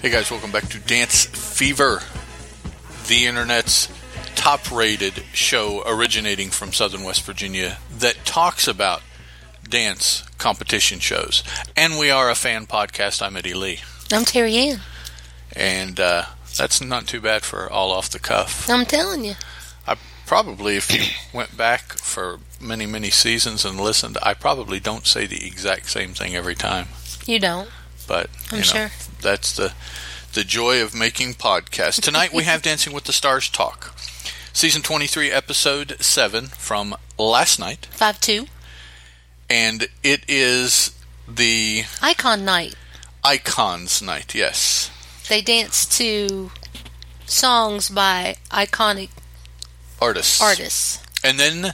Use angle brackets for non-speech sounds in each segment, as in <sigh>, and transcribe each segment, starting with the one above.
Hey guys, welcome back to Dance Fever, the internet's top rated show originating from southern West Virginia that talks about dance competition shows. And we are a fan podcast. I'm Eddie Lee. I'm Terry Ann. And uh, that's not too bad for all off the cuff. I'm telling you. I probably, if you went back for many, many seasons and listened, I probably don't say the exact same thing every time. You don't. But you I'm know, sure. that's the the joy of making podcasts. Tonight we have Dancing with the Stars talk, season 23, episode seven from last night, Five two. and it is the Icon night. Icons Night. Yes, They dance to songs by iconic artists. artists. And then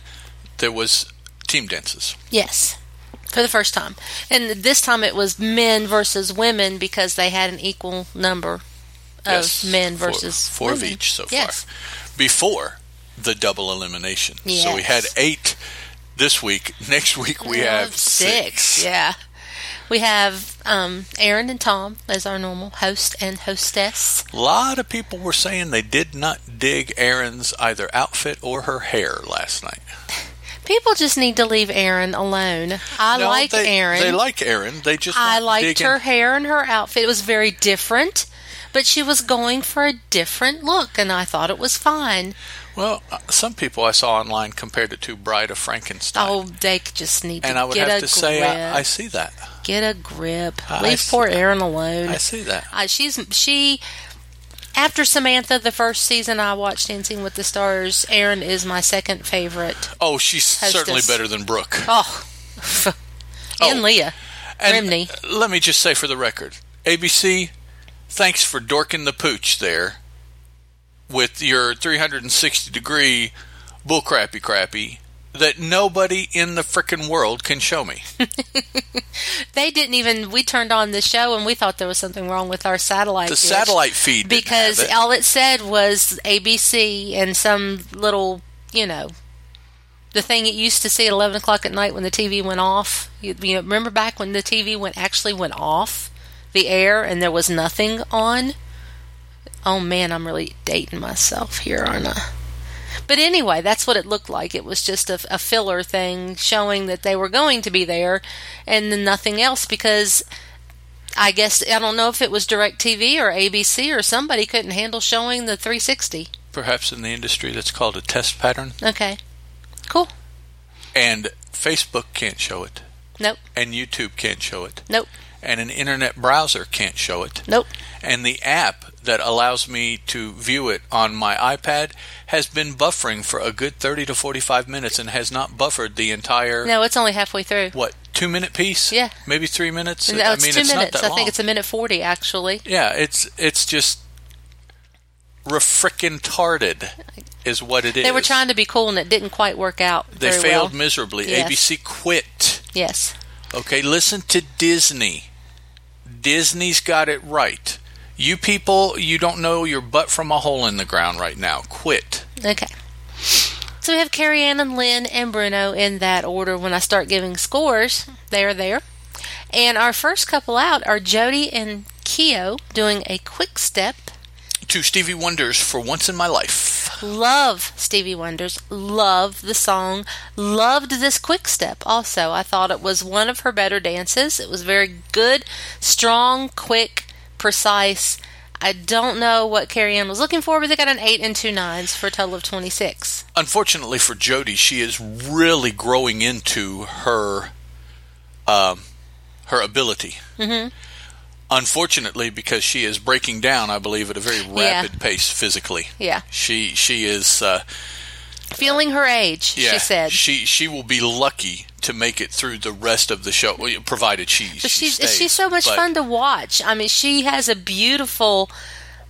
there was team dances. Yes. For the first time. And this time it was men versus women because they had an equal number of yes, men four- versus four, women. of each so yes. far. Before the double elimination, so we Yes. had eight this week. Next week we have six. six. Yeah. We have um, Aaron and Tom as our normal host and hostess. A lot of people were saying they did not dig Erin's either outfit or her hair last night. People just need to leave Aaron alone. I No, like they, Aaron. They like Erin. They just I weren't liked digging- her hair and her outfit. It was very different, but she was going for a different look, and I thought it was fine. Well, uh, some people I saw online compared it to Bride of Frankenstein. Oh, they just need to and I would get have a to grip. say I, I see that. get a grip. I- I Leave see poor that. Erin alone. I see that. Uh, she's she. After Samantha, the first season I watched Dancing with the Stars, Erin is my second favorite. Oh, she's certainly Hostess. better than Brooke. Oh, <laughs> and Oh. Leah. And Grimney. Let me just say for the record, ABC, thanks for dorking the pooch there with your 360 degree bullcrappy crappy that nobody in the frickin' world can show me. They didn't even. We turned on the show and we thought there was something wrong with our satellite. The dish. satellite feed didn't because have it. all it said was ABC and some little, you know, the thing it used to see at eleven o'clock at night when the TV went off. You, you know, remember back when the TV went actually went off the air and there was nothing on. Oh man, I'm really dating myself here, aren't I? But anyway, that's what it looked like. It was just a, a filler thing showing that they were going to be there and then nothing else because I guess I don't know if it was DirecTV or ABC or somebody couldn't handle showing the 360. perhaps in the industry that's called a test pattern, Okay, cool. and Facebook can't show it, Nope, and YouTube can't show it, nope, and an internet browser can't show it. nope. and the app that allows me to view it on my iPad has been buffering for a good 30 to 45 minutes and has not buffered the entire No, it's only halfway through. what 2 minute piece? Yeah. Maybe 3 minutes? No, it's I mean two it's minutes. not that I long. think it's a minute forty actually. yeah, it's it's just refrickin' tarded is what it is. They were trying to be cool and it didn't quite work out. They very failed Well. miserably. Yes. ABC quit. Yes, Okay, listen to Disney. Disney's got it right. You people, you don't know your butt from a hole in the ground right now. Quit. Okay. So we have Carrie Ann and Lynn and Bruno in that order. When I start giving scores, they are there. And our first couple out are Jody and Keo doing a quick step. to Stevie Wonder's for once in my life. Love Stevie Wonder's, love the song, loved this quick step also. I thought it was one of her better dances. It was very good, strong, quick, precise. I don't know what Carrie Ann was looking for, but they got an eight and two nines for a total of 26. Unfortunately for Jody, she is really growing into her um, her ability. Mm-hmm. Unfortunately, because she is breaking down, I believe at a very Yeah. rapid pace physically. Yeah. She she is uh, Feeling her age, yeah she said. she she will be lucky to make it through the rest of the show, well, provided she. But she she's stays, she's so much but- fun to watch. I mean, she has a beautiful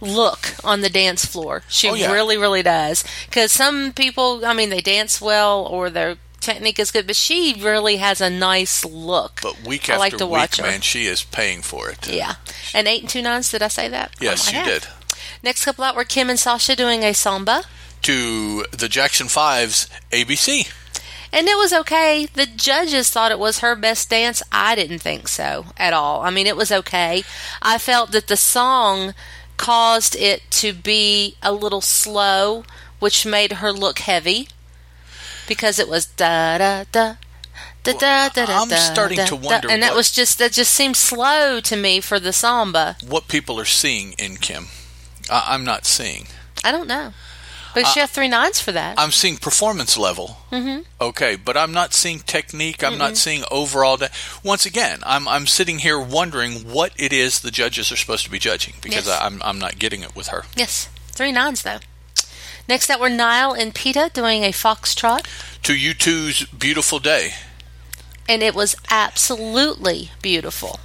look on the dance floor. She Oh, yeah. really, really does. Because some people, I mean, they dance well or their technique is good, but she really has a nice look. But week I after like to week, watch her. man, she is paying for it. yeah, Oh and eight and two nines. Did I say that? I Yes, might you have. did. Next couple out were Kim and Sasha doing a samba, To the Jackson Fives, ABC. And it was okay. The judges thought it was her best dance. I didn't think so at all. I mean, it was okay. I felt that the song caused it to be a little slow, which made her look heavy because it was da da da. Da, da, da, da, I'm da, starting da, to da. wonder and that what- was just that just seemed slow to me for the samba. What people are seeing in Kim, I- I'm not seeing. I don't know, but she had three nines for that. I'm seeing performance level. Mm-hmm. Okay, but I'm not seeing technique. I'm not seeing overall. Da- Once again, I'm I'm sitting here wondering what it is the judges are supposed to be judging because Yes. I, I'm I'm not getting it with her. Yes, three nines though. Next up were Nile and Peta doing a foxtrot, To you two's beautiful day. and it was absolutely beautiful.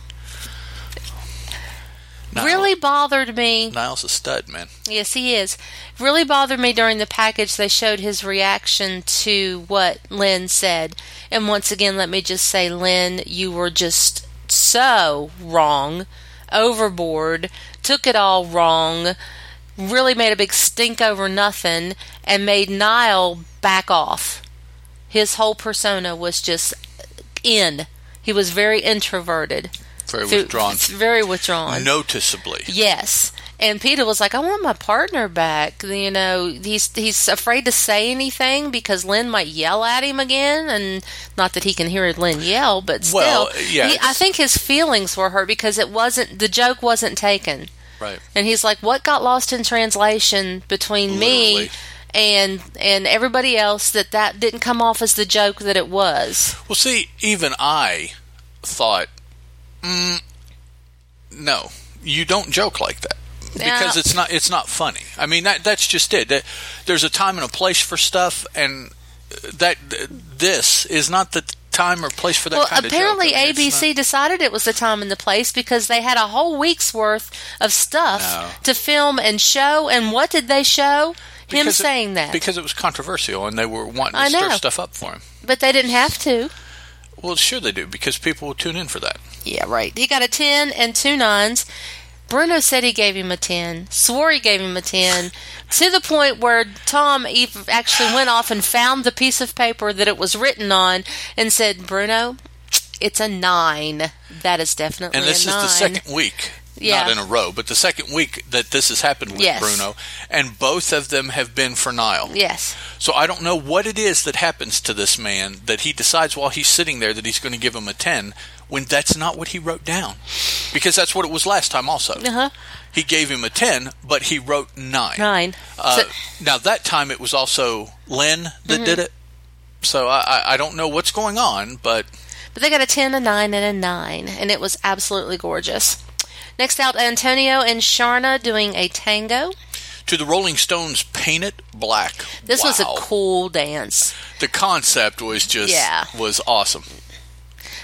Nile- Really bothered me. Niles a stud, man. Yes, he is. Really bothered me during the package. They showed his reaction to what Lynn said. And once again, let me just say, Lynn, you were just so wrong, overboard, took it all wrong, really made a big stink over nothing, and made Niall back off. His whole persona was just in. He was very introverted, Very withdrawn. very withdrawn. Noticeably. Yes. And Peter was like, I want my partner back. You know, he's he's afraid to say anything because Lynn might yell at him again, and not that he can hear Lynn yell, but still, Well, yeah, he, I it's- think his feelings were hurt because it wasn't the joke wasn't taken, Right. and he's like, what got lost in translation between me Literally. and and everybody else that that didn't come off as the joke that it was. Well, see, even I thought, mm, no, you don't joke like that because Yeah. it's not it's not funny. I mean, that that's just it. That- There's a time and a place for stuff, and that th- this is not the time or place for that. Well, kind apparently of joke. I mean, it's ABC decided it was the time and the place because they had a whole week's worth of stuff No. to film and show. And what did they show? not- Him because it- saying that. because it was controversial, and they were wanting I to stir know. stuff up for him. but they didn't have to. Well, sure they do because people will tune in for that. Yeah, right. He got a 10 and two nines. Bruno said he gave him a 10, swore he gave him a 10, to the point where Tom ev- actually went off and found the piece of paper that it was written on and said, Bruno, it's a 9. That is definitely and this a 9. is the second week Yeah. not in a row but the second week that this has happened with Yes. bruno and both of them have been for niall Yes. so i don't know what it is that happens to this man that he decides while he's sitting there that he's going to give him a 10 when that's not what he wrote down because that's what it was last time also Uh-huh. he gave him a 10 but he wrote 9 9. Uh, So- Mm-hmm. now that time it was also lynn that did it so I, I, I don't know what's going on but But they got a 10, a 9, and a 9, and it was absolutely gorgeous. Next out, Antonio and Sharna doing a tango. to the rolling stones paint it black This was a Wow. cool dance. the concept was just Yeah. was awesome.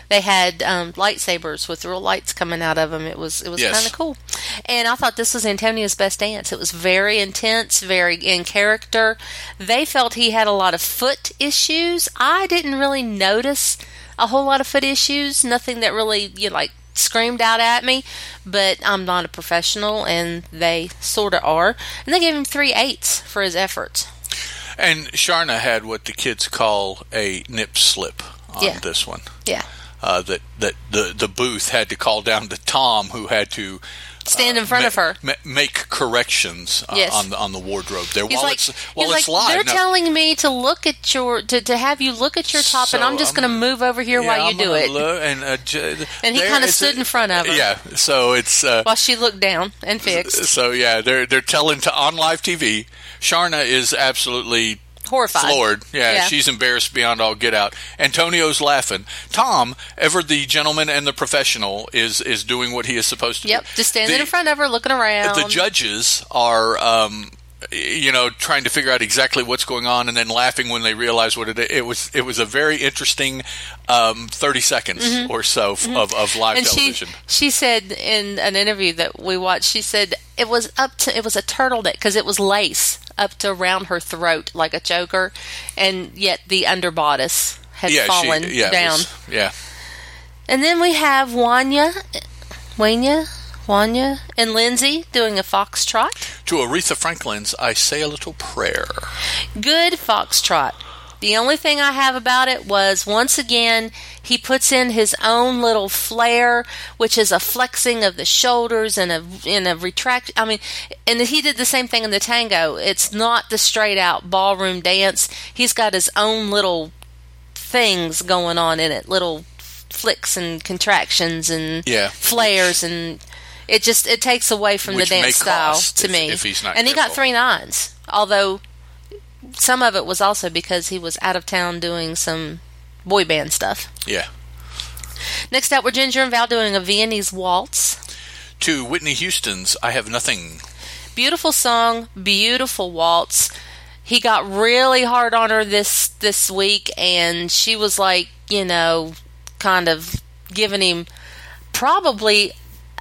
They had um, lightsabers with real lights coming out of them. It was it was Yes. kind of cool, and I thought this was Antonio's best dance. It was very intense, very in character. They felt he had a lot of foot issues. I didn't really notice a whole lot of foot issues. Nothing that really you know, like screamed out at me, but I'm not a professional, and they sort of are. And they gave him three eights for his efforts. And Sharna had what the kids call a nip slip on Yeah. this one. Yeah, Uh, that that the the booth had to call down to Tom, who had to uh, stand in front ma- of her. ma- make corrections uh, Yes. on the on the wardrobe there. He's while like, it's he's while it's like, live, they're now- telling me to look at your to, to have you look at your top, and So I'm just I'm going to move over here yeah, while you I'm do gonna it, look and, uh, j- And he there kinda is stood a- in front of her. Yeah, so it's uh, while she looked down and fixed, so yeah, they're they're telling to on live TV. Sharna is absolutely horrified. floored. Yeah, Yeah. she's embarrassed beyond all get out. Antonio's laughing. Tom, ever the gentleman and the professional, is is doing what he is supposed to Yep, do. just standing The- in front of her, looking around. The judges are. Um, you know, trying to figure out exactly what's going on, and then laughing when they realize what it it was. It was a very interesting um, thirty seconds or so f- of, of live Mm-hmm. and television. she she said in an interview that we watched, she said it was up to it was a turtleneck because it was lace up to around her throat like a choker, and yet the underbodice had yeah, fallen she, yeah, it down. was- yeah, And then we have Wanya, Wanya, Wanya, and Lindsay doing a foxtrot. to Aretha Franklin's "I Say a Little Prayer." Good foxtrot. The only thing I have about it was once again, he puts in his own little flair, which is a flexing of the shoulders and a and a retract. I mean, and he did the same thing in the tango. It's not the straight out ballroom dance. He's got his own little things going on in it, little flicks and contractions and Yeah. flares and it just it takes away from Which the may dance style cost to if- me. if he's not and he got careful. three nines, although some of it was also because he was out of town doing some boy band stuff. Yeah. Next up were Ginger and Val doing a Viennese waltz. To Whitney Houston's I Have Nothing. Beautiful song, beautiful waltz. He got really hard on her this this week, and she was like, you know, kind of giving him probably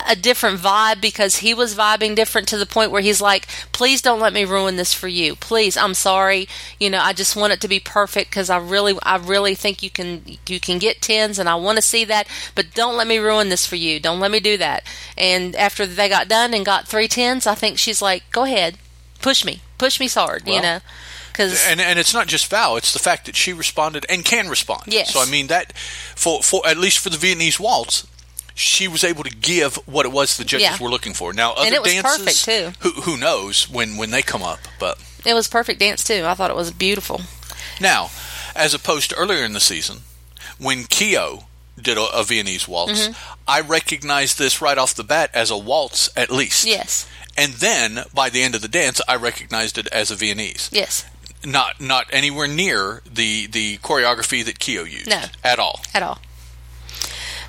a different vibe because he was vibing different to the point where he's like, please don't let me ruin this for you. Please, I'm sorry. You know, I just want it to be perfect because I really, I really think you can, you can get tens and I want to see that, but don't let me ruin this for you. Don't let me do that. And after they got done and got three tens, I think she's like, go ahead, push me, push me so hard, you Well, know, because and and it's not just Val; it's the fact that she responded and can respond. Yes. So I mean that for for at least for the Viennese waltz, she was able to give what it was the judges Yeah. were looking for. Now other And it was dances, perfect, Who who knows when when they come up? But it was perfect dance too. I thought it was beautiful. now, as opposed to earlier in the season, when Keo did a, a Viennese waltz, Mm-hmm. I recognized this right off the bat as a waltz at least. Yes. And then by the end of the dance, I recognized it as a Viennese. Yes. not not anywhere near the the choreography that Keo used No. at all. at all.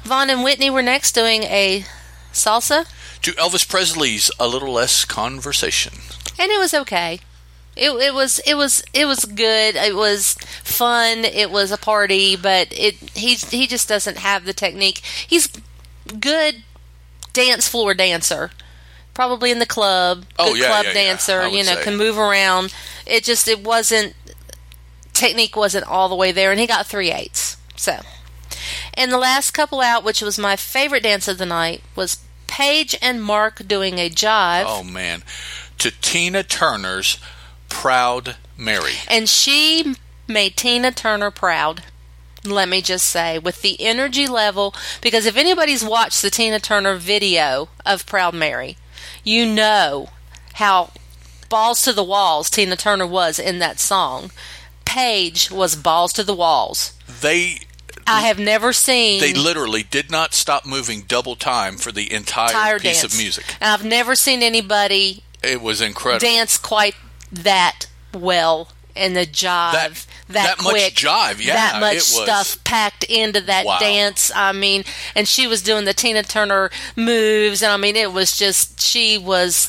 Vaughn and Whitney were next doing a salsa, To Elvis Presley's "A Little Less Conversation," and it was okay. It, it was it was it was good. It was fun. It was a party, but it he he just doesn't have the technique. He's good dance floor dancer, probably in the club. Oh, good yeah, club yeah, yeah, dancer. I you would know, say. can move around. It just it wasn't technique wasn't all the way there, and he got three eights. So, and the last couple out, which was my favorite dance of the night, was Paige and Mark doing a jive, oh man, to Tina Turner's "Proud Mary." and she made Tina Turner proud. Let me just say, with the energy level, because if anybody's watched the Tina Turner video of Proud Mary, you know how balls to the walls Tina Turner was in that song. Paige was balls to the walls. They I have never seen they literally did not stop moving double time for the entire entire piece dance. of music. And I've never seen anybody It was incredible. dance quite that well in the jive That- that, that much quick, jive, yeah, that much it was. stuff packed into that Wow. dance. I mean, and she was doing the Tina Turner moves, and I mean, it was just she was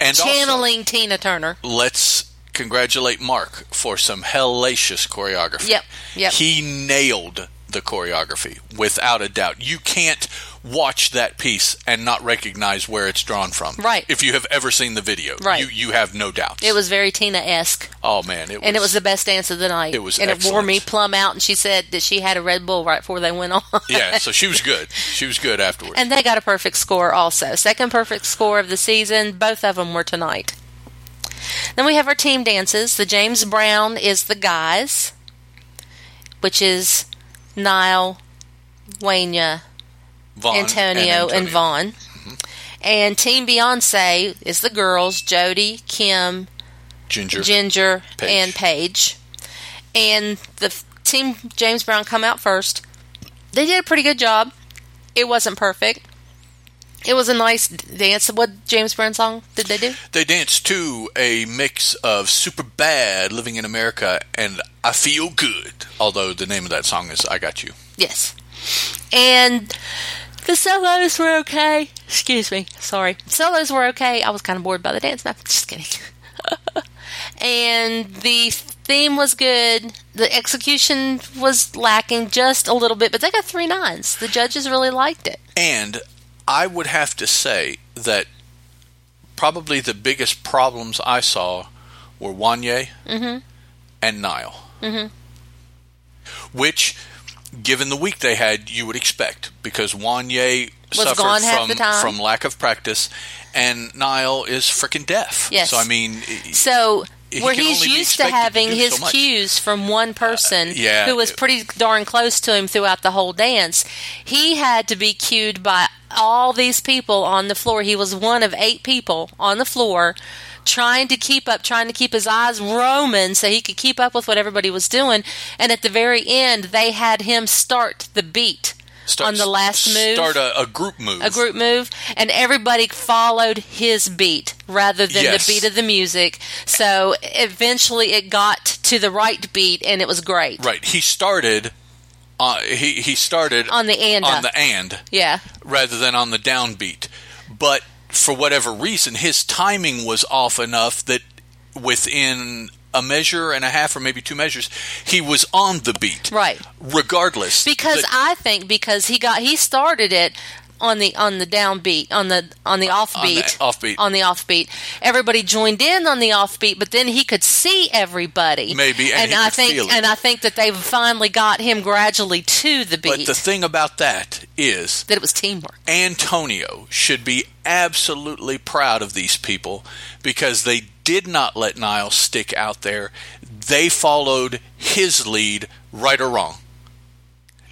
and also, channeling Tina Turner. let's congratulate Mark for some hellacious choreography. Yep, yep. He nailed the choreography without a doubt. You can't watch that piece and not recognize where it's drawn from. Right. If you have ever seen the video, Right. you you have no doubts. It was very Tina esque, oh man, it was, and it was the best dance of the night. It was and it wore excellent. me plum out. And she said that she had a Red Bull right before they went on. <laughs> yeah. So she was good. She was good afterwards. And they got a perfect score also. Second perfect score of the season. Both of them were tonight. Then we have our team dances. The James Brown is the guys, which is Niall, Wanya, Vaughn Antonio, Mm-hmm. and, Vaughn. And Team Beyonce is the girls, Jody, Kim, Ginger. Ginger, Paige. and Paige. And the f- team James Brown come out first. They did a pretty good job. It wasn't perfect. It was a nice d- dance. What James Brown song did they do? They danced to a mix of Super Bad, Living in America, and I Feel Good. Although the name of that song is I Got You. Yes. And the solos were okay. Excuse me. Sorry. Solos were okay. I was kind of bored by the dance. No, just kidding. <laughs> and the theme was good. The execution was lacking just a little bit, but they got three nines. The judges really liked it. And I would have to say that probably the biggest problems I saw were Wanye Mm-hmm. and Nile, mm-hmm. which, given the week they had, you would expect because Wanye suffered gone half from the time. from lack of practice, and Nile is freaking deaf. Yes. So I mean, i- So he where can he's only be used to expected having do his so much. Uh, cues from one person yeah. who was pretty darn close to him throughout the whole dance. He had to be cued by all these people on the floor. He was one of eight people on the floor trying to keep up, trying to keep his eyes roaming so he could keep up with what everybody was doing. And at the very end, they had him start the beat Start- on the last move Start a, a group move. a group move, and everybody followed his beat rather than Yes. the beat of the music. So eventually it got to the right beat, and it was great. Right. He started. Uh, he he started On the and on up. the and Yeah. rather than on the downbeat. But for whatever reason, his timing was off enough that within a measure and a half, or maybe two measures, he was on the beat. Right. Regardless, Because The- I think because he got he started it on the on the downbeat on the on the the offbeat offbeat. on the offbeat everybody joined in on the offbeat but then he could see everybody Maybe, and he I could think feel it. and I think that they finally got him gradually to the but beat the thing about that is that it was teamwork Antonio should be absolutely proud of these people because they did not let Niles stick out there. They followed his lead, right or wrong.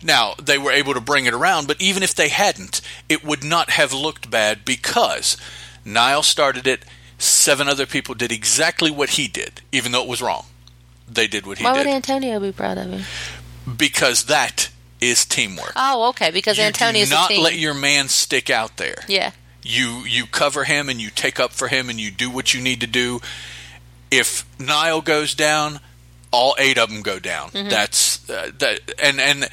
Now, they were able to bring it around, but even if they hadn't, it would not have looked bad because Niles started it. Seven other people did exactly what he did, even though it was wrong. They did what he why did would Antonio be proud of him because that is teamwork. Oh, okay. Because You do Antonio's not a team. let your man stick out there yeah, you you cover him and you take up for him and you do what you need to do. If Nile goes down, all eight of them go down. That's uh, that and and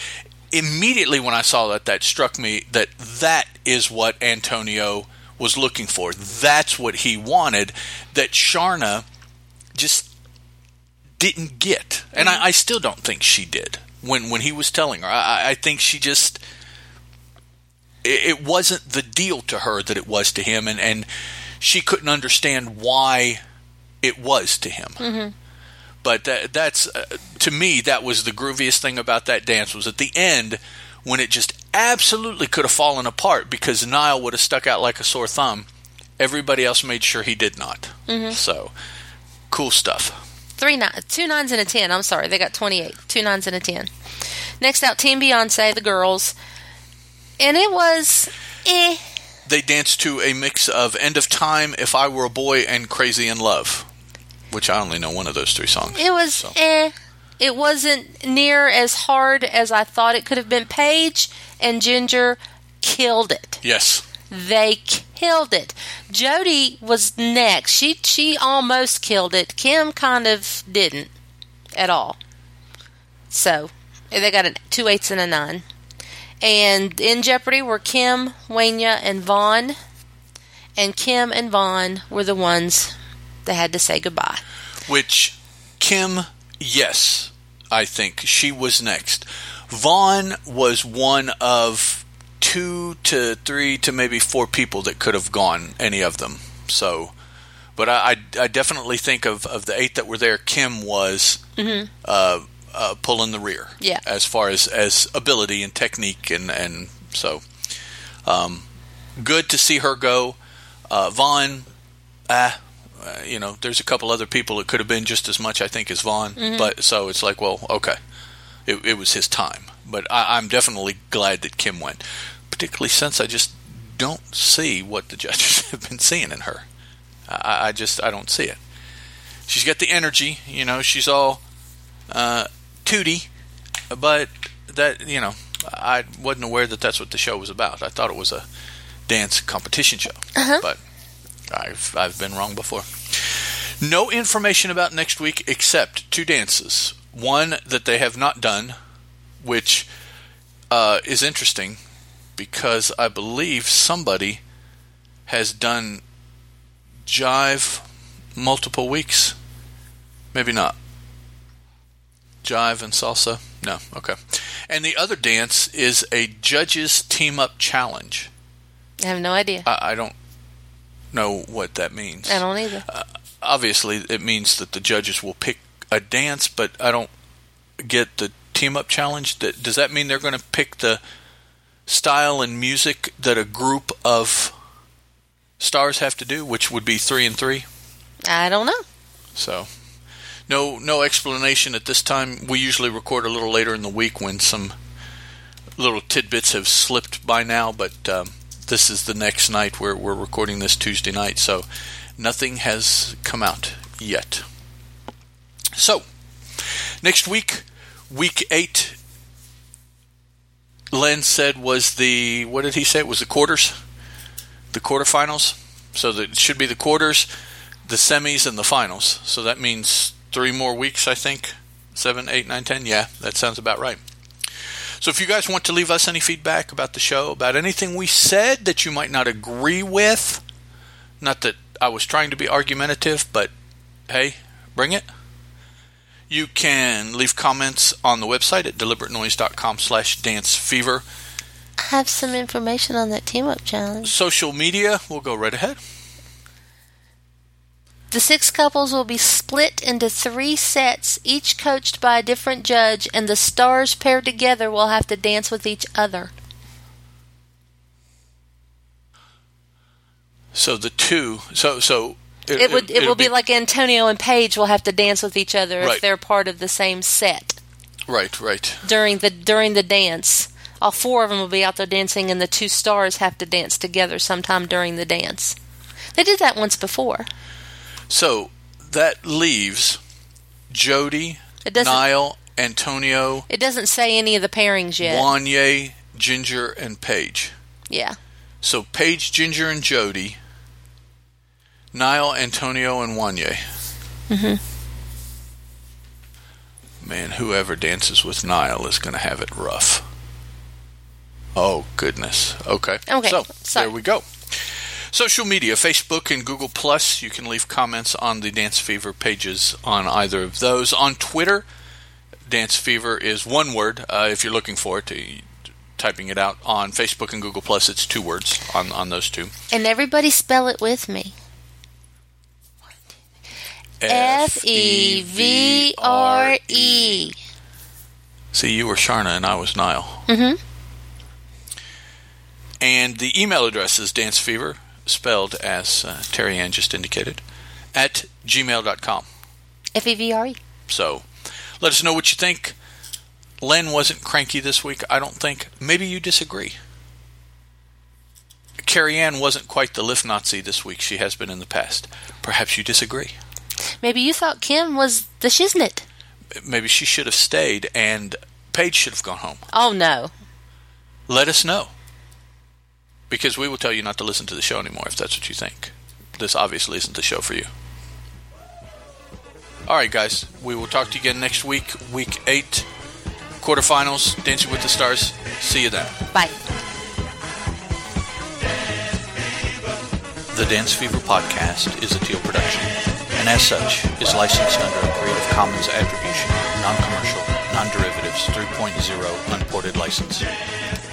immediately when I saw that that struck me that that is what Antonio was looking for. That's what he wanted that Sharna just didn't get. And I, I still don't think she did when when he was telling her. I, I- I think she just it, it wasn't the deal to her that it was to him, and, and she couldn't understand why it was to him. But that, that's uh, to me that was the grooviest thing about that dance was at the end when it just absolutely could have fallen apart because Nile would have stuck out like a sore thumb. Everybody else made sure he did not. So cool stuff. three nine, two nines and a ten. I'm sorry, they got twenty eight. Two nines and a ten. Next out, Team Beyonce, the girls, and it was eh. They danced to a mix of "End of Time," "If I Were a Boy," and "Crazy in Love," which I only know one of those three songs. It was So. eh. It wasn't near as hard as I thought it could have been. Paige and Ginger killed it. Yes. They killed it. Jody was next. She she almost killed it. Kim kind of didn't at all. So they got a two eights and a nine. And in Jeopardy were Kim, Wanya, and Vaughn. And Kim and Vaughn were the ones that had to say goodbye. Which Kim, yes, I think she was next. Vaughn was one of two to three to maybe four people that could have gone any of them. So, but I, I, I definitely think of, of the eight that were there, Kim was uh, uh, pulling the rear. Yeah. As far as, as ability and technique and, and so. Um, good to see her go. Uh, Vaughn, ah, uh, you know, there's a couple other people it could have been just as much, I think, as Vaughn. But so it's like, well, okay, it, it was his time. But I, I'm definitely glad that Kim went, particularly since I just don't see what the judges <laughs> have been seeing in her. I, I just I don't see it. She's got the energy, you know. She's all uh, tooty, but that you know, I wasn't aware that that's what the show was about. I thought it was a dance competition show, but I've I've been wrong before. No information about next week except two dances. One that they have not done, which uh, is interesting because I believe somebody has done jive multiple weeks. Maybe not. Jive and salsa? No. Okay. And the other dance is a judges team up challenge. I have no idea. I, I don't know what that means. I don't either. Uh, Obviously, it means that the judges will pick a dance, but I don't get the team up challenge. That does that mean they're going to pick the style and music that a group of stars have to do, which would be three and three? I don't know. So No, no explanation at this time. We usually record a little later in the week when some little tidbits have slipped by now, but um, this is the next night. We're we're recording this Tuesday night, so nothing has come out yet. So next week, week eight. Len said was the what did he say? It was the quarters, the quarterfinals. So that it should be the quarters, the semis, and the finals. So that means three more weeks, I think. Seven, eight, nine, ten. Yeah, that sounds about right. So if you guys want to leave us any feedback about the show, about anything we said that you might not agree with, not that I was trying to be argumentative, but hey, bring it. You can leave comments on the website at deliberatenoise.com slash dancefever. I have some information on that team up challenge. Social media, we'll go right ahead. The six couples will be split into three sets, each coached by a different judge, and the stars paired together will have to dance with each other. So the two, so so It, would it it'll will be, like Antonio and Paige will have to dance with each other Right. if they're part of the same set right, right. during the during the dance. All four of them will be out there dancing, and the two stars have to dance together sometime during the dance. They did that once before. So that leaves Jody, It doesn't Niall, Antonio, it doesn't say any of the pairings yet. Wanye, Ginger, and Paige. Yeah, So Paige, Ginger, and Jody, Niall, Antonio, and Wanye. Mm-hmm. Man, whoever dances with Niall is going to have it rough. Oh goodness. Okay. Okay, So, so- there we go. Social media, Facebook and Google Plus. You can leave comments on the Dance Fever pages on either of those. On Twitter, Dance Fever is one word. Uh, if you're looking for it, uh, typing it out on Facebook and Google Plus, it's two words on on those two. And everybody spell it with me. F E V R E. See, you were Sharna and I was Niall. Mm-hmm. Mhm. And the email address is dancefever, spelled as uh, Terry Ann just indicated, at gmail.com. F E V R E. So let us know what you think. Len wasn't cranky this week, I don't think. Maybe you disagree. Carrie Ann wasn't quite the lift Nazi this week she has been in the past. Perhaps you disagree. Maybe you thought Kim was the shiznit. Maybe she should have stayed and Paige should have gone home. Oh no. let us know. Because we will tell you not to listen to the show anymore if that's what you think. This obviously isn't the show for you. All right, guys. We will talk to you again next week, week eight, quarterfinals, Dancing with the Stars. See you then. Bye. The Dance Fever podcast is a Teal production, and as such, is licensed under a Creative Commons Attribution, Non-Commercial, Non-Derivatives 3.0 Unported License.